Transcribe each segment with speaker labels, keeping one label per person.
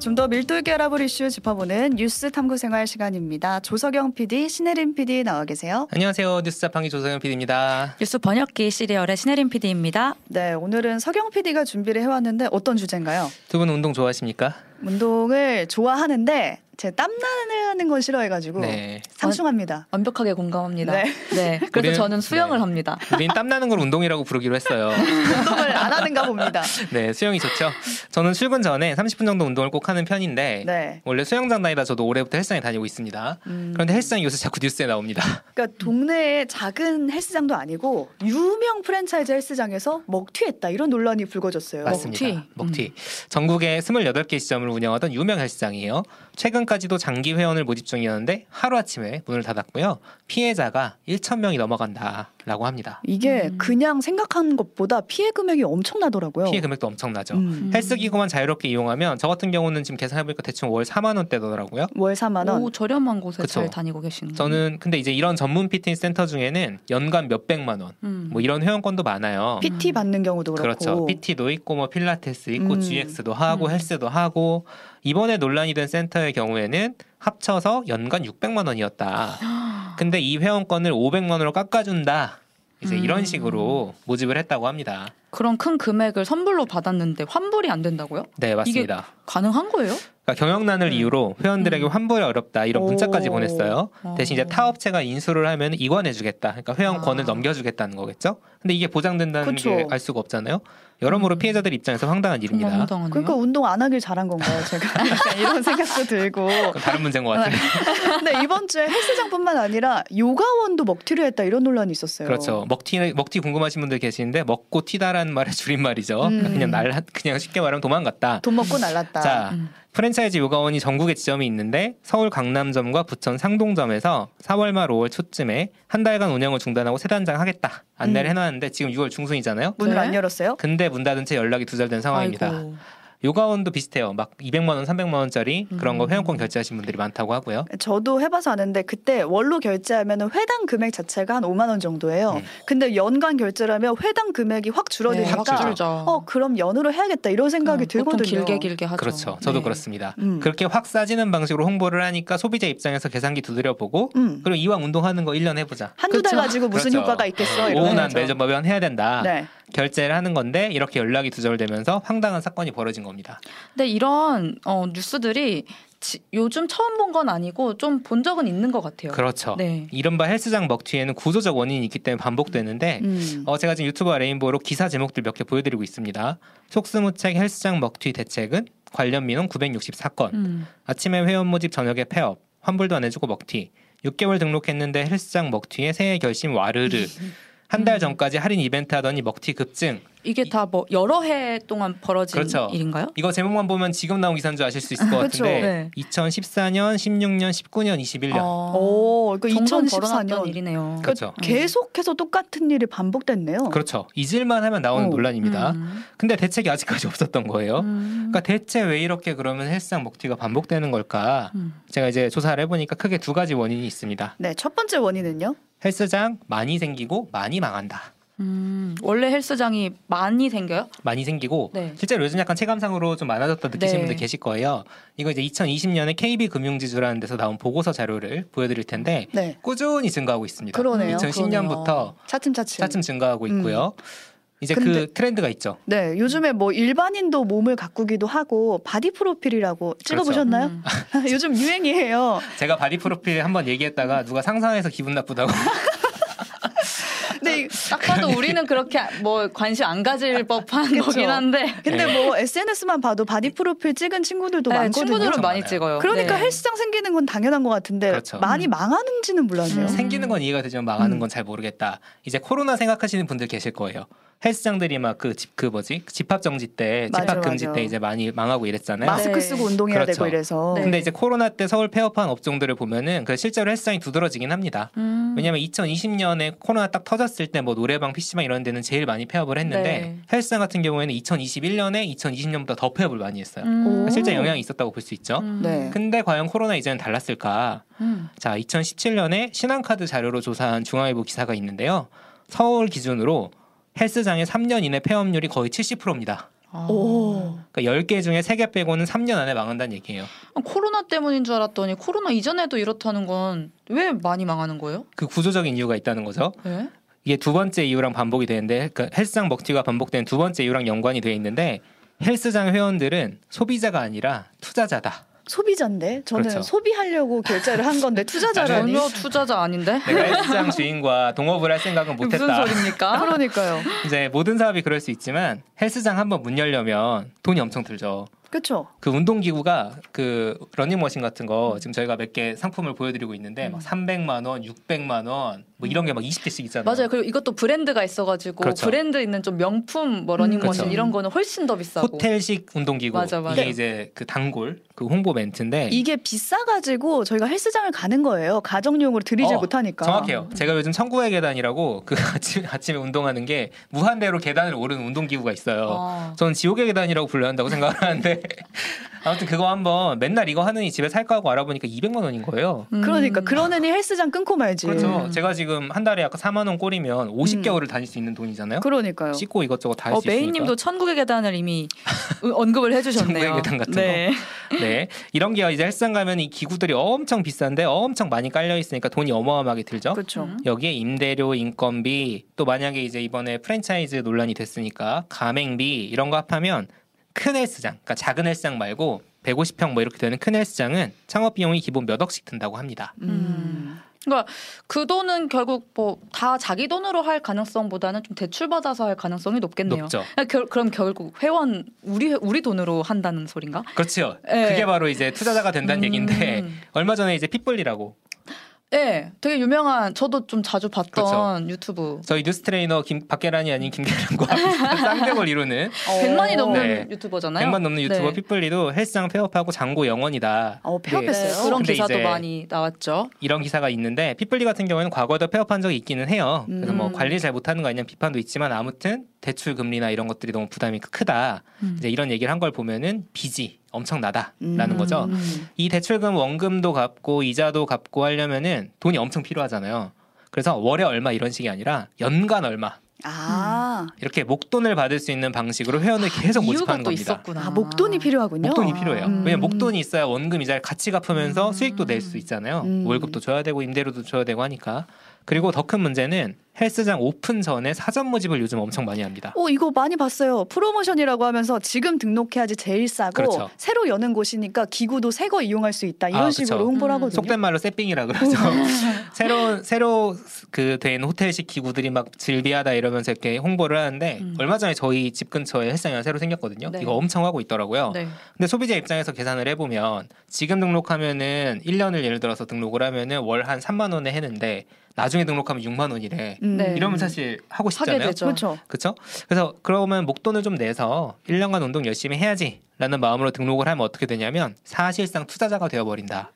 Speaker 1: 좀 더 밀도 있게 알아볼 이슈 짚어보는 뉴스 탐구 생활 시간입니다. 조석영 PD, 신혜림 PD 나와 계세요.
Speaker 2: 안녕하세요. 뉴스자판기 조성현 PD입니다.
Speaker 3: 뉴스 번역기 시리얼의 신혜림 PD입니다.
Speaker 1: 네, 오늘은 석영 PD가 준비를 해왔는데 어떤 주제인가요?
Speaker 2: 두 분 운동 좋아하십니까?
Speaker 1: 운동을 좋아하는데 제 땀나는 건 싫어해가지고
Speaker 2: 네.
Speaker 1: 상충합니다.
Speaker 3: 완벽하게 공감합니다.
Speaker 1: 네.
Speaker 3: 네. 그래서
Speaker 2: 우리는-
Speaker 3: 저는 수영을
Speaker 2: 네.
Speaker 3: 합니다.
Speaker 2: 우린 땀나는 걸 운동이라고 부르기로 했어요.
Speaker 1: 운동을 안 하는가 봅니다.
Speaker 2: 네, 수영이 좋죠. 저는 출근 전에 30분 정도 운동을 꼭 하는 편인데
Speaker 1: 네.
Speaker 2: 원래 수영장 다니다 저도 올해부터 헬스장에 다니고 있습니다.
Speaker 1: 음,
Speaker 2: 그런데 헬스장이 요새 자꾸 뉴스에 나옵니다.
Speaker 1: 그러니까 동네의 작은 헬스장도 아니고 유명 프랜차이즈 헬스장에서 먹튀했다 이런 논란이 불거졌어요.
Speaker 2: 맞습니다.
Speaker 3: 먹튀.
Speaker 2: 먹튀. 전국에 28개 지점을 운영하던 유명 헬스장이에요. 최근까지도 장기 회원을 모집 중이었는데 하루아침에 문을 닫았고요. 피해자가 1천 명이 넘어간다라고 합니다.
Speaker 1: 이게
Speaker 3: 음.
Speaker 1: 그냥 생각한 것보다 피해 금액이 엄청나더라고요.
Speaker 2: 피해 금액도 엄청나죠.
Speaker 1: 음.
Speaker 2: 헬스 기구만 자유롭게 이용하면 저 같은 경우는 지금 계산해보니까 대충 월 4만 원대더라고요.
Speaker 1: 월 4만 원.
Speaker 3: 오 저렴한 곳에
Speaker 2: 그쵸.
Speaker 3: 잘 다니고 계시는.
Speaker 2: 저는 근데 이제 이런 전문 피트니스 센터 중에는 연간 몇 백만 원,
Speaker 3: 음.
Speaker 2: 뭐 이런 회원권도 많아요.
Speaker 1: PT 받는 경우도 그렇고.
Speaker 2: 어. 그렇죠. PT도 있고 뭐 필라테스 있고
Speaker 1: 음.
Speaker 2: GX도 하고
Speaker 3: 음.
Speaker 2: 헬스도 하고 이번에 논란이 된 센터의 경우에는 합쳐서 연간 600만 원이었다. 근데 이 회원권을 500만 원으로 깎아준다. 이제 이런
Speaker 3: 음.
Speaker 2: 식으로 모집을 했다고 합니다.
Speaker 3: 그런 큰 금액을 선불로 받았는데 환불이 안 된다고요?
Speaker 2: 네 맞습니다.
Speaker 3: 가능한 거예요?
Speaker 2: 그러니까 경영난을
Speaker 3: 음.
Speaker 2: 이유로 회원들에게
Speaker 3: 음.
Speaker 2: 환불이 어렵다 이런 문자까지
Speaker 1: 오.
Speaker 2: 보냈어요.
Speaker 3: 어.
Speaker 2: 대신 이제 타 업체가 인수를 하면 이관해주겠다. 그러니까 회원권을
Speaker 3: 아.
Speaker 2: 넘겨주겠다는 거겠죠. 근데 이게 보장된다는
Speaker 1: 그쵸.
Speaker 2: 게 알 수가 없잖아요. 여러모로
Speaker 3: 음.
Speaker 2: 피해자들 입장에서 황당한 일입니다.
Speaker 3: 정말 황당하네요.
Speaker 1: 그러니까 운동 안 하길 잘한 건가요, 제가? 약간 이런 생각도 들고.
Speaker 2: 그건 다른 문제인 것 같아요.
Speaker 1: 근데 이번 주에 헬스장뿐만 아니라 요가원도 먹튀를 했다 이런 논란이 있었어요.
Speaker 2: 그렇죠. 먹튀 먹튀 궁금하신 분들 계시는데 먹고 튀다라는 말의 줄임말이죠. 그러니까
Speaker 1: 음.
Speaker 2: 그냥 날 그냥 쉽게 말하면 도망갔다.
Speaker 1: 돈 먹고 날랐다.
Speaker 2: 자,
Speaker 3: 음.
Speaker 2: 프랜차이즈 요가원이 전국에 지점이 있는데 서울 강남점과 부천 상동점에서 4월 말 5월 초쯤에 한 달간 운영을 중단하고 세 단장 하겠다
Speaker 1: 음.
Speaker 2: 안내를 해놨는데 지금 6월 중순이잖아요.
Speaker 1: 문을
Speaker 3: 네.
Speaker 1: 안 열었어요?
Speaker 2: 근데 문 닫은 채 연락이 두절된 상황입니다.
Speaker 3: 아이고.
Speaker 2: 요가원도 비슷해요. 막 200만 원, 300만 원짜리 그런 거
Speaker 3: 음.
Speaker 2: 회원권 결제하신 분들이 많다고 하고요.
Speaker 1: 저도 해봐서 아는데 그때 월로 결제하면 회당 금액 자체가 한 5만 원 정도예요.
Speaker 2: 네.
Speaker 1: 근데 연간 결제라면 회당 금액이 확
Speaker 3: 네,
Speaker 1: 줄어드니까
Speaker 2: 확 줄죠.
Speaker 3: 줄죠.
Speaker 1: 어 그럼 연으로 해야겠다 이런 생각이
Speaker 3: 어, 보통
Speaker 1: 들거든요.
Speaker 3: 길게 길게 하죠.
Speaker 2: 그렇죠. 저도
Speaker 3: 네.
Speaker 2: 그렇습니다.
Speaker 1: 음.
Speaker 2: 그렇게 확 싸지는 방식으로 홍보를 하니까 소비자 입장에서 계산기 두드려보고
Speaker 1: 음.
Speaker 2: 그리고 이왕 운동하는 거 1년 해보자.
Speaker 1: 한두 달
Speaker 3: 그렇죠.
Speaker 1: 가지고 무슨
Speaker 2: 그렇죠.
Speaker 1: 효과가 있겠어? 이런
Speaker 2: 오운한
Speaker 1: 거죠.
Speaker 2: 매점 아. 법연 해야 된다.
Speaker 1: 네.
Speaker 2: 결제를 하는 건데 이렇게 연락이 두절되면서 황당한 사건이 벌어진 겁니다.
Speaker 3: 근데 이런 어, 뉴스들이 지- 요즘 처음 본 건 아니고 좀 본 적은 있는 것 같아요.
Speaker 2: 그렇죠.
Speaker 3: 네.
Speaker 2: 이른바 헬스장 먹튀에는 구조적 원인이 있기 때문에 반복되는데
Speaker 1: 음.
Speaker 2: 어, 제가 지금 유튜브와 레인보우로 기사 제목들 몇 개 보여드리고 있습니다. 속수무책 헬스장 먹튀 대책은 관련 민원 964건,
Speaker 3: 음.
Speaker 2: 아침에 회원 모집 저녁에 폐업, 환불도 안 해주고 먹튀, 6개월 등록했는데 헬스장 먹튀에 새해 결심 와르르, 한
Speaker 3: 음.
Speaker 2: 달 전까지 할인 이벤트 하더니 먹튀 급증,
Speaker 3: 이게 다 뭐 여러 해 동안 벌어진
Speaker 2: 그렇죠.
Speaker 3: 일인가요?
Speaker 2: 이거 제목만 보면 지금 나온 기사인 줄 아실 수 있을 것
Speaker 1: 그쵸.
Speaker 2: 같은데
Speaker 3: 네.
Speaker 2: 2014년, 16년, 19년, 21년
Speaker 3: 어,
Speaker 1: 오, 그
Speaker 3: 종종 벌어놨던
Speaker 1: 2014년 음.
Speaker 3: 일이네요.
Speaker 2: 그- 그렇죠.
Speaker 1: 계속해서 똑같은 일이 반복됐네요.
Speaker 2: 그렇죠 잊을만 하면 나오는
Speaker 1: 오.
Speaker 2: 논란입니다.
Speaker 3: 어. 음.
Speaker 2: 근데 대책이 아직까지 없었던 거예요.
Speaker 3: 음.
Speaker 2: 그러니까 대체 왜 이렇게 그러면 헬스장 먹튀가 반복되는 걸까?
Speaker 3: 음.
Speaker 2: 제가 이제 조사를 해보니까 크게 두 가지 원인이 있습니다.
Speaker 1: 네, 첫 번째 원인은요.
Speaker 2: 헬스장 많이 생기고 많이 망한다.
Speaker 3: 음. 원래 헬스장이 많이 생겨요?
Speaker 2: 많이 생기고
Speaker 3: 네.
Speaker 2: 실제로 요즘 약간 체감상으로 좀 많아졌다 느끼시는
Speaker 3: 네.
Speaker 2: 분들 계실 거예요. 이거 이제 2020년에 KB 금융지주라는 데서 나온 보고서 자료를 보여드릴 텐데
Speaker 1: 네,
Speaker 3: 음,
Speaker 2: 꾸준히 증가하고 있습니다.
Speaker 1: 그러네요.
Speaker 2: 2010년부터
Speaker 1: 차츰차츰.
Speaker 2: 차츰 증가하고
Speaker 1: 음.
Speaker 2: 있고요. 이제
Speaker 1: 근데-
Speaker 2: 그 트렌드가 있죠.
Speaker 1: 네, 요즘에 뭐 일반인도 몸을 가꾸기도 하고 바디 프로필이라고 찍어보셨나요?
Speaker 3: 음.
Speaker 1: 요즘 유행이에요.
Speaker 2: 제가 바디 프로필 한번 얘기했다가 누가 상상해서 기분 나쁘다고
Speaker 1: 근데 이-
Speaker 3: 딱 봐도
Speaker 2: 그러니까.
Speaker 3: 우리는 그렇게 뭐 관심 안 가질 법한
Speaker 1: 아, 그쵸.
Speaker 3: 거긴 한데
Speaker 1: 근데 뭐 SNS만 봐도 바디 프로필 찍은 친구들도
Speaker 3: 네,
Speaker 1: 많거든요.
Speaker 3: 친구들은
Speaker 2: 엄청
Speaker 3: 많이
Speaker 2: 많아요.
Speaker 3: 찍어요.
Speaker 1: 그러니까
Speaker 3: 네.
Speaker 1: 헬스장 생기는 건 당연한 것 같은데
Speaker 2: 그렇죠.
Speaker 1: 많이 망하는지는 몰랐네요.
Speaker 3: 음.
Speaker 2: 생기는 건 이해가
Speaker 1: 음.
Speaker 2: 되지만 망하는 건 잘 모르겠다. 이제 코로나 생각하시는 분들 계실 거예요. 헬스장들이 막 그 집 그 뭐지 집합 정지 때
Speaker 1: 맞아,
Speaker 2: 집합 금지
Speaker 1: 맞아.
Speaker 2: 때 이제 많이 망하고 이랬잖아요.
Speaker 3: 맞아요.
Speaker 1: 마스크
Speaker 3: 네.
Speaker 1: 쓰고 운동해야
Speaker 2: 그렇죠.
Speaker 1: 되고 이래서.
Speaker 3: 네.
Speaker 2: 근데 이제 코로나 때 서울 폐업한 업종들을 보면은 그 실제로 헬스장이 두드러지긴 합니다.
Speaker 3: 음.
Speaker 2: 왜냐면 2020년에 코로나 딱 터졌을 때 뭐 노래방, PC방 이런 데는 제일 많이 폐업을 했는데
Speaker 3: 네.
Speaker 2: 헬스장 같은 경우에는 2021년에 2020년보다 더 폐업을 많이 했어요. 그러니까
Speaker 3: 음.
Speaker 2: 아, 실제 영향이 있었다고 볼 수 있죠.
Speaker 3: 음.
Speaker 1: 네.
Speaker 2: 근데 과연 코로나 이전엔 달랐을까?
Speaker 3: 음.
Speaker 2: 자, 2017년에 신한카드 자료로 조사한 중앙일보 기사가 있는데요. 서울 기준으로 헬스장의 3년 이내 폐업률이 거의 70%입니다.
Speaker 3: 아.
Speaker 1: 오.
Speaker 2: 그러니까 10개 중에 3개 빼고는 3년 안에 망한다는 얘기예요.
Speaker 3: 아, 코로나 때문인 줄 알았더니 코로나 이전에도 이렇다는 건 왜 많이 망하는 거예요?
Speaker 2: 그 구조적인 이유가 있다는 거죠.
Speaker 3: 예?
Speaker 2: 이게 두 번째 이유랑 반복이 되는데 그 헬스장 먹튀가 반복되는 두 번째 이유랑 연관이 돼 있는데 헬스장 회원들은 소비자가 아니라 투자자다.
Speaker 1: 소비자인데 저는
Speaker 2: 그렇죠.
Speaker 1: 소비하려고 결제를 한 건데 투자자라니.
Speaker 3: 전혀 투자자 아닌데
Speaker 2: 내가 헬스장 주인과 동업을 할 생각은
Speaker 3: 무슨
Speaker 2: 못했다.
Speaker 3: 소리입니까?
Speaker 1: 그러니까요.
Speaker 2: 이제 모든 사업이 그럴 수 있지만 헬스장 한번 문 열려면 돈이 엄청 들죠.
Speaker 1: 그렇죠.
Speaker 2: 그 운동기구가 그 러닝머신 같은 거 지금 저희가 몇 개 상품을 보여드리고 있는데
Speaker 3: 음.
Speaker 2: 막 300만 원, 600만 원 뭐 이런 게 막 20개씩 있잖아요.
Speaker 3: 맞아요. 그리고 이것도 브랜드가 있어가지고
Speaker 2: 그렇죠.
Speaker 3: 브랜드 있는 좀 명품 뭐 러닝머신
Speaker 2: 그렇죠.
Speaker 3: 이런 거는 훨씬 더 비싸고
Speaker 2: 호텔식 운동기구
Speaker 3: 맞아, 맞아.
Speaker 2: 이게 이제 그 단골 그 홍보 멘트인데
Speaker 1: 이게 비싸가지고 저희가 헬스장을 가는 거예요. 가정용으로 들이질
Speaker 2: 어,
Speaker 1: 못하니까.
Speaker 2: 정확해요. 제가 요즘 천구의 계단이라고 그 아침 아침에 운동하는 게 무한대로 계단을 오르는 운동기구가 있어요.
Speaker 3: 아.
Speaker 2: 저는 지옥의 계단이라고 불러야 한다고 생각을 하는데 아무튼 그거 한번 맨날 이거 하느니 집에 살까 하고 알아보니까 200만 원인 거예요.
Speaker 3: 음.
Speaker 1: 그러니까 그러느니 헬스장 끊고 말지.
Speaker 2: 그렇죠.
Speaker 3: 음.
Speaker 2: 제가 지금 한 달에 약간 4만 원 꼴이면 50개월을 다닐 수 있는 돈이잖아요.
Speaker 1: 그러니까요.
Speaker 2: 씻고 이것저것 다 할
Speaker 3: 어,
Speaker 2: 수 있으니까.
Speaker 3: 메인님도 천국의 계단을 이미 으- 언급을 해주셨네요.
Speaker 2: 천국의 계단 같은
Speaker 3: 네.
Speaker 2: 네. 이런 게 이제 헬스장 가면 이 기구들이 엄청 비싼데 엄청 많이 깔려 있으니까 돈이 어마어마하게 들죠.
Speaker 1: 그렇죠.
Speaker 3: 음.
Speaker 2: 여기에 임대료, 인건비, 또 만약에 이제 이번에 프랜차이즈 논란이 됐으니까 가맹비 이런 거 합하면 큰 헬스장, 그러니까 작은 헬스장 말고 150평 뭐 이렇게 되는 큰 헬스장은 창업 비용이 기본 몇 억씩 든다고 합니다.
Speaker 1: 음.
Speaker 3: 그 돈은 결국 뭐 다 자기 돈으로 할 가능성보다는 좀 대출 받아서 할 가능성이 높겠네요.
Speaker 2: 높죠.
Speaker 3: 아, 결- 그럼 결국 회원 우리 우리 돈으로 한다는 소린가?
Speaker 2: 그렇죠.
Speaker 3: 예.
Speaker 2: 그게 바로 이제 투자자가 된다는
Speaker 3: 음.
Speaker 2: 얘기인데 얼마 전에 이제 핏불리라고
Speaker 3: 예, 되게 유명한 저도 좀 자주 봤던
Speaker 2: 그렇죠.
Speaker 3: 유튜브.
Speaker 2: 저희 뉴스 트레이너 김 박계란이 아닌 김계란과 쌍벽을 이루는
Speaker 1: 어.
Speaker 3: 100만이 넘는
Speaker 2: 네.
Speaker 3: 유튜버잖아요.
Speaker 2: 100만 넘는 유튜버
Speaker 3: 네.
Speaker 2: 핏불리도 헬스장 폐업하고 장고 영원이다.
Speaker 1: 어, 폐업했어요.
Speaker 3: 네, 그런
Speaker 2: 근데
Speaker 3: 기사도
Speaker 2: 이제
Speaker 3: 많이 나왔죠.
Speaker 2: 이런 기사가 있는데 핏불리 같은 경우에는 과거에도 폐업한 적이 있기는 해요. 그래서 뭐
Speaker 3: 음.
Speaker 2: 관리 잘 못하는 거 아니냐 비판도 있지만 아무튼 대출 금리나 이런 것들이 너무 부담이 크다.
Speaker 3: 음.
Speaker 2: 이제 이런 얘기를 한 걸 보면은 빚이 엄청나다라는
Speaker 1: 음.
Speaker 2: 거죠.
Speaker 1: 음.
Speaker 2: 이 대출금 원금도 갚고 이자도 갚고 하려면은 돈이 엄청 필요하잖아요. 그래서 월에 얼마 이런 식이 아니라 연간 얼마
Speaker 1: 아,
Speaker 2: 이렇게 목돈을 받을 수 있는 방식으로 회원을 계속
Speaker 3: 아, 이유가
Speaker 2: 모집하는
Speaker 3: 또
Speaker 2: 겁니다.
Speaker 3: 있었구나.
Speaker 1: 아, 목돈이 필요하군요.
Speaker 2: 목돈이 필요해요.
Speaker 1: 음.
Speaker 2: 왜냐면 목돈이 있어야 원금 이자를 같이 갚으면서
Speaker 3: 음.
Speaker 2: 수익도 낼 수 있잖아요.
Speaker 1: 음.
Speaker 2: 월급도 줘야 되고 임대료도 줘야 되고 하니까. 그리고 더 큰 문제는 헬스장 오픈 전에 사전 모집을 요즘 엄청 많이 합니다.
Speaker 1: 어, 이거 많이 봤어요. 프로모션이라고 하면서 지금 등록해야지 제일 싸고
Speaker 2: 그렇죠.
Speaker 1: 새로 여는 곳이니까 기구도 새 거 이용할 수 있다. 이런
Speaker 2: 아, 그렇죠.
Speaker 1: 식으로 홍보를
Speaker 3: 음.
Speaker 1: 하거든요.
Speaker 2: 속된 말로 세핑이라 그러죠. 새로 새로 그 된 호텔식 기구들이 막 질비하다 이러면서 이렇게 홍보를 하는데
Speaker 3: 음.
Speaker 2: 얼마 전에 저희 집 근처에 헬스장이 하나 새로 생겼거든요.
Speaker 3: 네.
Speaker 2: 이거 엄청 하고 있더라고요.
Speaker 3: 네.
Speaker 2: 근데 소비자 입장에서 계산을 해보면 지금 등록하면은 1년을 예를 들어서 등록을 하면은 월 한 3만 원에 했는데 나중에 등록하면 6만 원이래.
Speaker 1: 음.
Speaker 3: 네.
Speaker 2: 이러면 사실 하고
Speaker 3: 하게
Speaker 2: 싶잖아요.
Speaker 3: 되죠.
Speaker 1: 그렇죠.
Speaker 2: 그렇죠? 그래서 그러면 목돈을 좀 내서 1년간 운동 열심히 해야지라는 마음으로 등록을 하면 어떻게 되냐면 사실상 투자자가 되어버린다.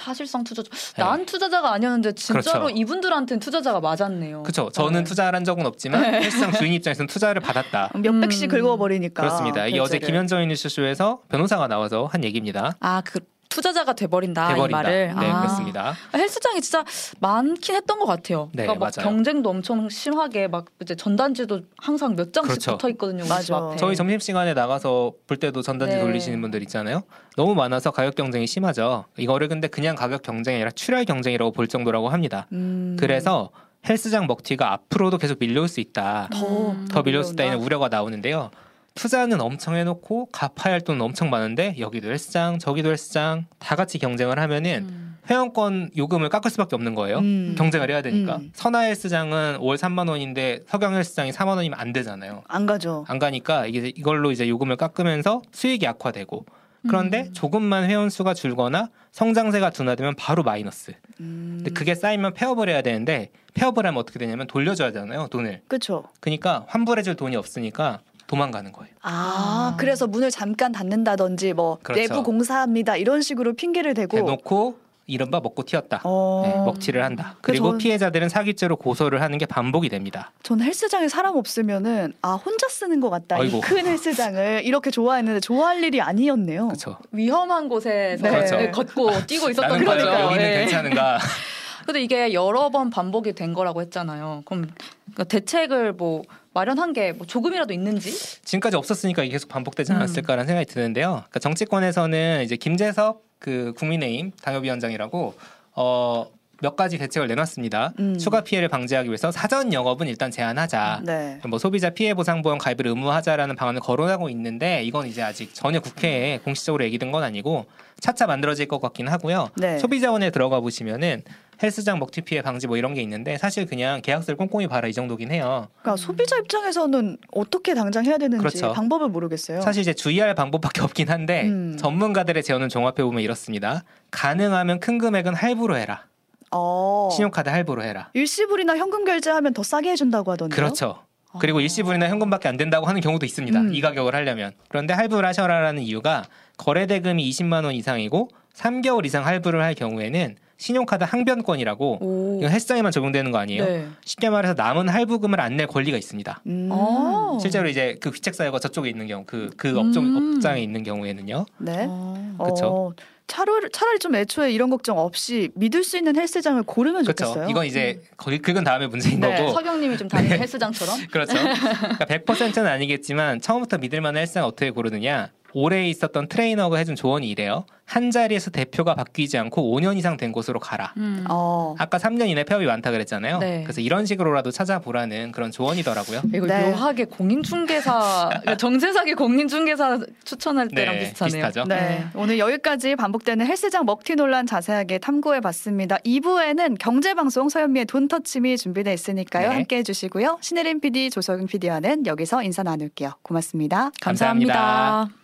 Speaker 3: 사실상 투자자. 난 투자자가 아니었는데 진짜로
Speaker 2: 네. 그렇죠.
Speaker 3: 이분들한테는 투자자가 맞았네요.
Speaker 2: 그렇죠? 저는
Speaker 3: 네.
Speaker 2: 투자를 한 적은 없지만 헬스장 주인 입장에서는 투자를 받았다.
Speaker 1: 몇백씩
Speaker 3: 음.
Speaker 1: 긁어버리니까.
Speaker 2: 그렇습니다. 이게 어제
Speaker 1: 결제를.
Speaker 2: 김현정의 뉴스쇼에서 변호사가 나와서 한 얘기입니다.
Speaker 3: 아, 그 투자자가 돼버린다,
Speaker 2: 돼버린다.
Speaker 3: 이 말을.
Speaker 2: 네,
Speaker 3: 아.
Speaker 2: 그렇습니다.
Speaker 3: 헬스장이 진짜 많긴 했던 것 같아요.
Speaker 2: 네,
Speaker 3: 그러니까 막
Speaker 2: 맞아요.
Speaker 3: 경쟁도 엄청 심하게 막 이제 전단지도 항상 몇 장씩
Speaker 2: 그렇죠.
Speaker 3: 붙어 있거든요.
Speaker 1: 맞아. 네.
Speaker 2: 저희 점심 시간에 나가서 볼 때도 전단지
Speaker 3: 네.
Speaker 2: 돌리시는 분들 있잖아요. 너무 많아서 가격 경쟁이 심하죠. 이거를 근데 그냥 가격 경쟁이 아니라 출혈 경쟁이라고 볼 정도라고 합니다.
Speaker 1: 음.
Speaker 2: 그래서 헬스장 먹튀가 앞으로도 계속 밀려올 수 있다.
Speaker 1: 더-
Speaker 2: 더 밀려올
Speaker 1: 밀려온다.
Speaker 2: 때에는 우려가 나오는데요. 투자는 엄청 해놓고 갚아야 할 돈은 엄청 많은데 여기도 헬스장 저기도 헬스장 다 같이 경쟁을 하면은
Speaker 3: 음.
Speaker 2: 회원권 요금을 깎을 수밖에 없는 거예요.
Speaker 1: 음.
Speaker 2: 경쟁을 해야 되니까
Speaker 1: 음.
Speaker 2: 선화 헬스장은 월 3만 원인데 석양 헬스장이 4만 원이면 안 되잖아요.
Speaker 1: 안 가죠.
Speaker 2: 안 가니까 이게 이걸로 이제 요금을 깎으면서 수익이 악화되고 그런데 조금만 회원 수가 줄거나 성장세가 둔화되면 바로 마이너스.
Speaker 1: 음.
Speaker 2: 근데 그게 쌓이면 폐업을 해야 되는데 폐업을 하면 어떻게 되냐면 돌려줘야 되잖아요 돈을.
Speaker 1: 그렇죠.
Speaker 2: 그러니까 환불해줄 돈이 없으니까 도망가는 거예요.
Speaker 1: 아,
Speaker 3: 아.
Speaker 1: 그래서 문을 잠깐 닫는다든지 뭐
Speaker 2: 그렇죠.
Speaker 1: 내부 공사합니다 이런 식으로 핑계를 대고
Speaker 2: 대놓고 이른바 먹고 튀었다.
Speaker 1: 어,
Speaker 2: 네, 먹튀를 한다.
Speaker 1: 그
Speaker 2: 그리고
Speaker 1: 저는-
Speaker 2: 피해자들은 사기죄로 고소를 하는 게 반복이 됩니다.
Speaker 1: 전 헬스장에 사람 없으면은 아 혼자 쓰는 것 같다
Speaker 2: 아이고.
Speaker 1: 이 큰 헬스장을 이렇게 좋아했는데 좋아할 일이 아니었네요.
Speaker 2: 그렇죠.
Speaker 3: 위험한 곳에서
Speaker 1: 네.
Speaker 3: 걷고 뛰고 있었던
Speaker 2: 나는 과연
Speaker 3: 거죠.
Speaker 2: 여기는
Speaker 3: 네.
Speaker 2: 괜찮은가?
Speaker 3: 근데 이게 여러 번 반복이 된 거라고 했잖아요. 그럼 그 대책을 뭐 마련한 게 뭐 조금이라도 있는지?
Speaker 2: 지금까지 없었으니까 이게 계속 반복되지
Speaker 3: 음.
Speaker 2: 않았을까라는 생각이 드는데요. 그러니까 정치권에서는 이제 김재석 그 국민의힘 당협위원장이라고 어. 몇 가지 대책을 내놨습니다.
Speaker 1: 음.
Speaker 2: 추가 피해를 방지하기 위해서 사전 영업은 일단 제한하자.
Speaker 1: 네.
Speaker 2: 뭐 소비자 피해 보상 보험 가입을 의무화하자라는 방안을 거론하고 있는데 이건 이제 아직 전혀 국회에 공식적으로 얘기된 건 아니고 차차 만들어질 것 같긴 하고요.
Speaker 1: 네.
Speaker 2: 소비자원에 들어가 보시면은 헬스장 먹튀 피해 방지 뭐 이런 게 있는데 사실 그냥 계약서를 꼼꼼히 봐라 이 정도긴 해요.
Speaker 1: 그러니까 소비자 입장에서는 어떻게 당장 해야 되는지
Speaker 2: 그렇죠.
Speaker 1: 방법을 모르겠어요.
Speaker 2: 사실 이제 주의할 방법밖에 없긴 한데
Speaker 1: 음.
Speaker 2: 전문가들의 제언은 종합해 보면 이렇습니다. 가능하면 큰 금액은 할부로 해라.
Speaker 1: 어.
Speaker 2: 신용카드 할부로 해라.
Speaker 1: 일시불이나 현금 결제하면 더 싸게 해준다고 하던데요.
Speaker 2: 그렇죠. 그리고
Speaker 3: 아.
Speaker 2: 일시불이나 현금밖에 안 된다고 하는 경우도 있습니다.
Speaker 1: 음.
Speaker 2: 이 가격을 하려면. 그런데 할부를 하셔라라는 이유가 거래 대금이 20만 원 이상이고 3개월 이상 할부를 할 경우에는 신용카드 항변권이라고
Speaker 3: 오.
Speaker 2: 이건 헬스장에만 적용되는 거 아니에요?
Speaker 3: 네.
Speaker 2: 쉽게 말해서 남은 할부금을 안 낼 권리가 있습니다.
Speaker 1: 음.
Speaker 3: 어.
Speaker 2: 실제로 이제 그 귀책 사유가 저쪽에 있는 경우, 그 그
Speaker 3: 음.
Speaker 2: 업종 업장에 있는 경우에는요.
Speaker 1: 네.
Speaker 3: 아.
Speaker 2: 그쵸.
Speaker 1: 어, 차라리, 차라리 좀 애초에 이런 걱정 없이 믿을 수 있는 헬스장을 고르면
Speaker 2: 그렇죠.
Speaker 1: 좋겠어요.
Speaker 2: 이건 이제 거기 그건 다음에 문제인
Speaker 1: 네.
Speaker 2: 거고.
Speaker 3: 서경님이 좀 다니는 헬스장처럼.
Speaker 2: 그렇죠. 그러니까 100%는 아니겠지만 처음부터 믿을 만한 헬스장 어떻게 고르느냐. 올해 있었던 트레이너가 해준 조언이 이래요. 한 자리에서 대표가 바뀌지 않고 5년 이상 된 곳으로 가라.
Speaker 3: 음.
Speaker 1: 어.
Speaker 2: 아까 3년 이내 폐업이 많다 그랬잖아요.
Speaker 3: 네.
Speaker 2: 그래서 이런 식으로라도 찾아보라는 그런 조언이더라고요.
Speaker 3: 이거
Speaker 1: 네.
Speaker 3: 묘하게 공인중개사 그러니까 정세사기 공인중개사 추천할 때랑
Speaker 2: 네,
Speaker 3: 비슷하네요.
Speaker 2: 비슷하죠.
Speaker 1: 네. 오늘 여기까지 반복되는 헬스장 먹튀 논란 자세하게 탐구해 봤습니다. 2부에는 경제방송 서현미의 돈터침이 준비되어 있으니까요.
Speaker 2: 네.
Speaker 1: 함께 해주시고요. 신혜림 PD, 조석영 PD와는 여기서 인사 나눌게요. 고맙습니다.
Speaker 2: 감사합니다.
Speaker 3: 감사합니다.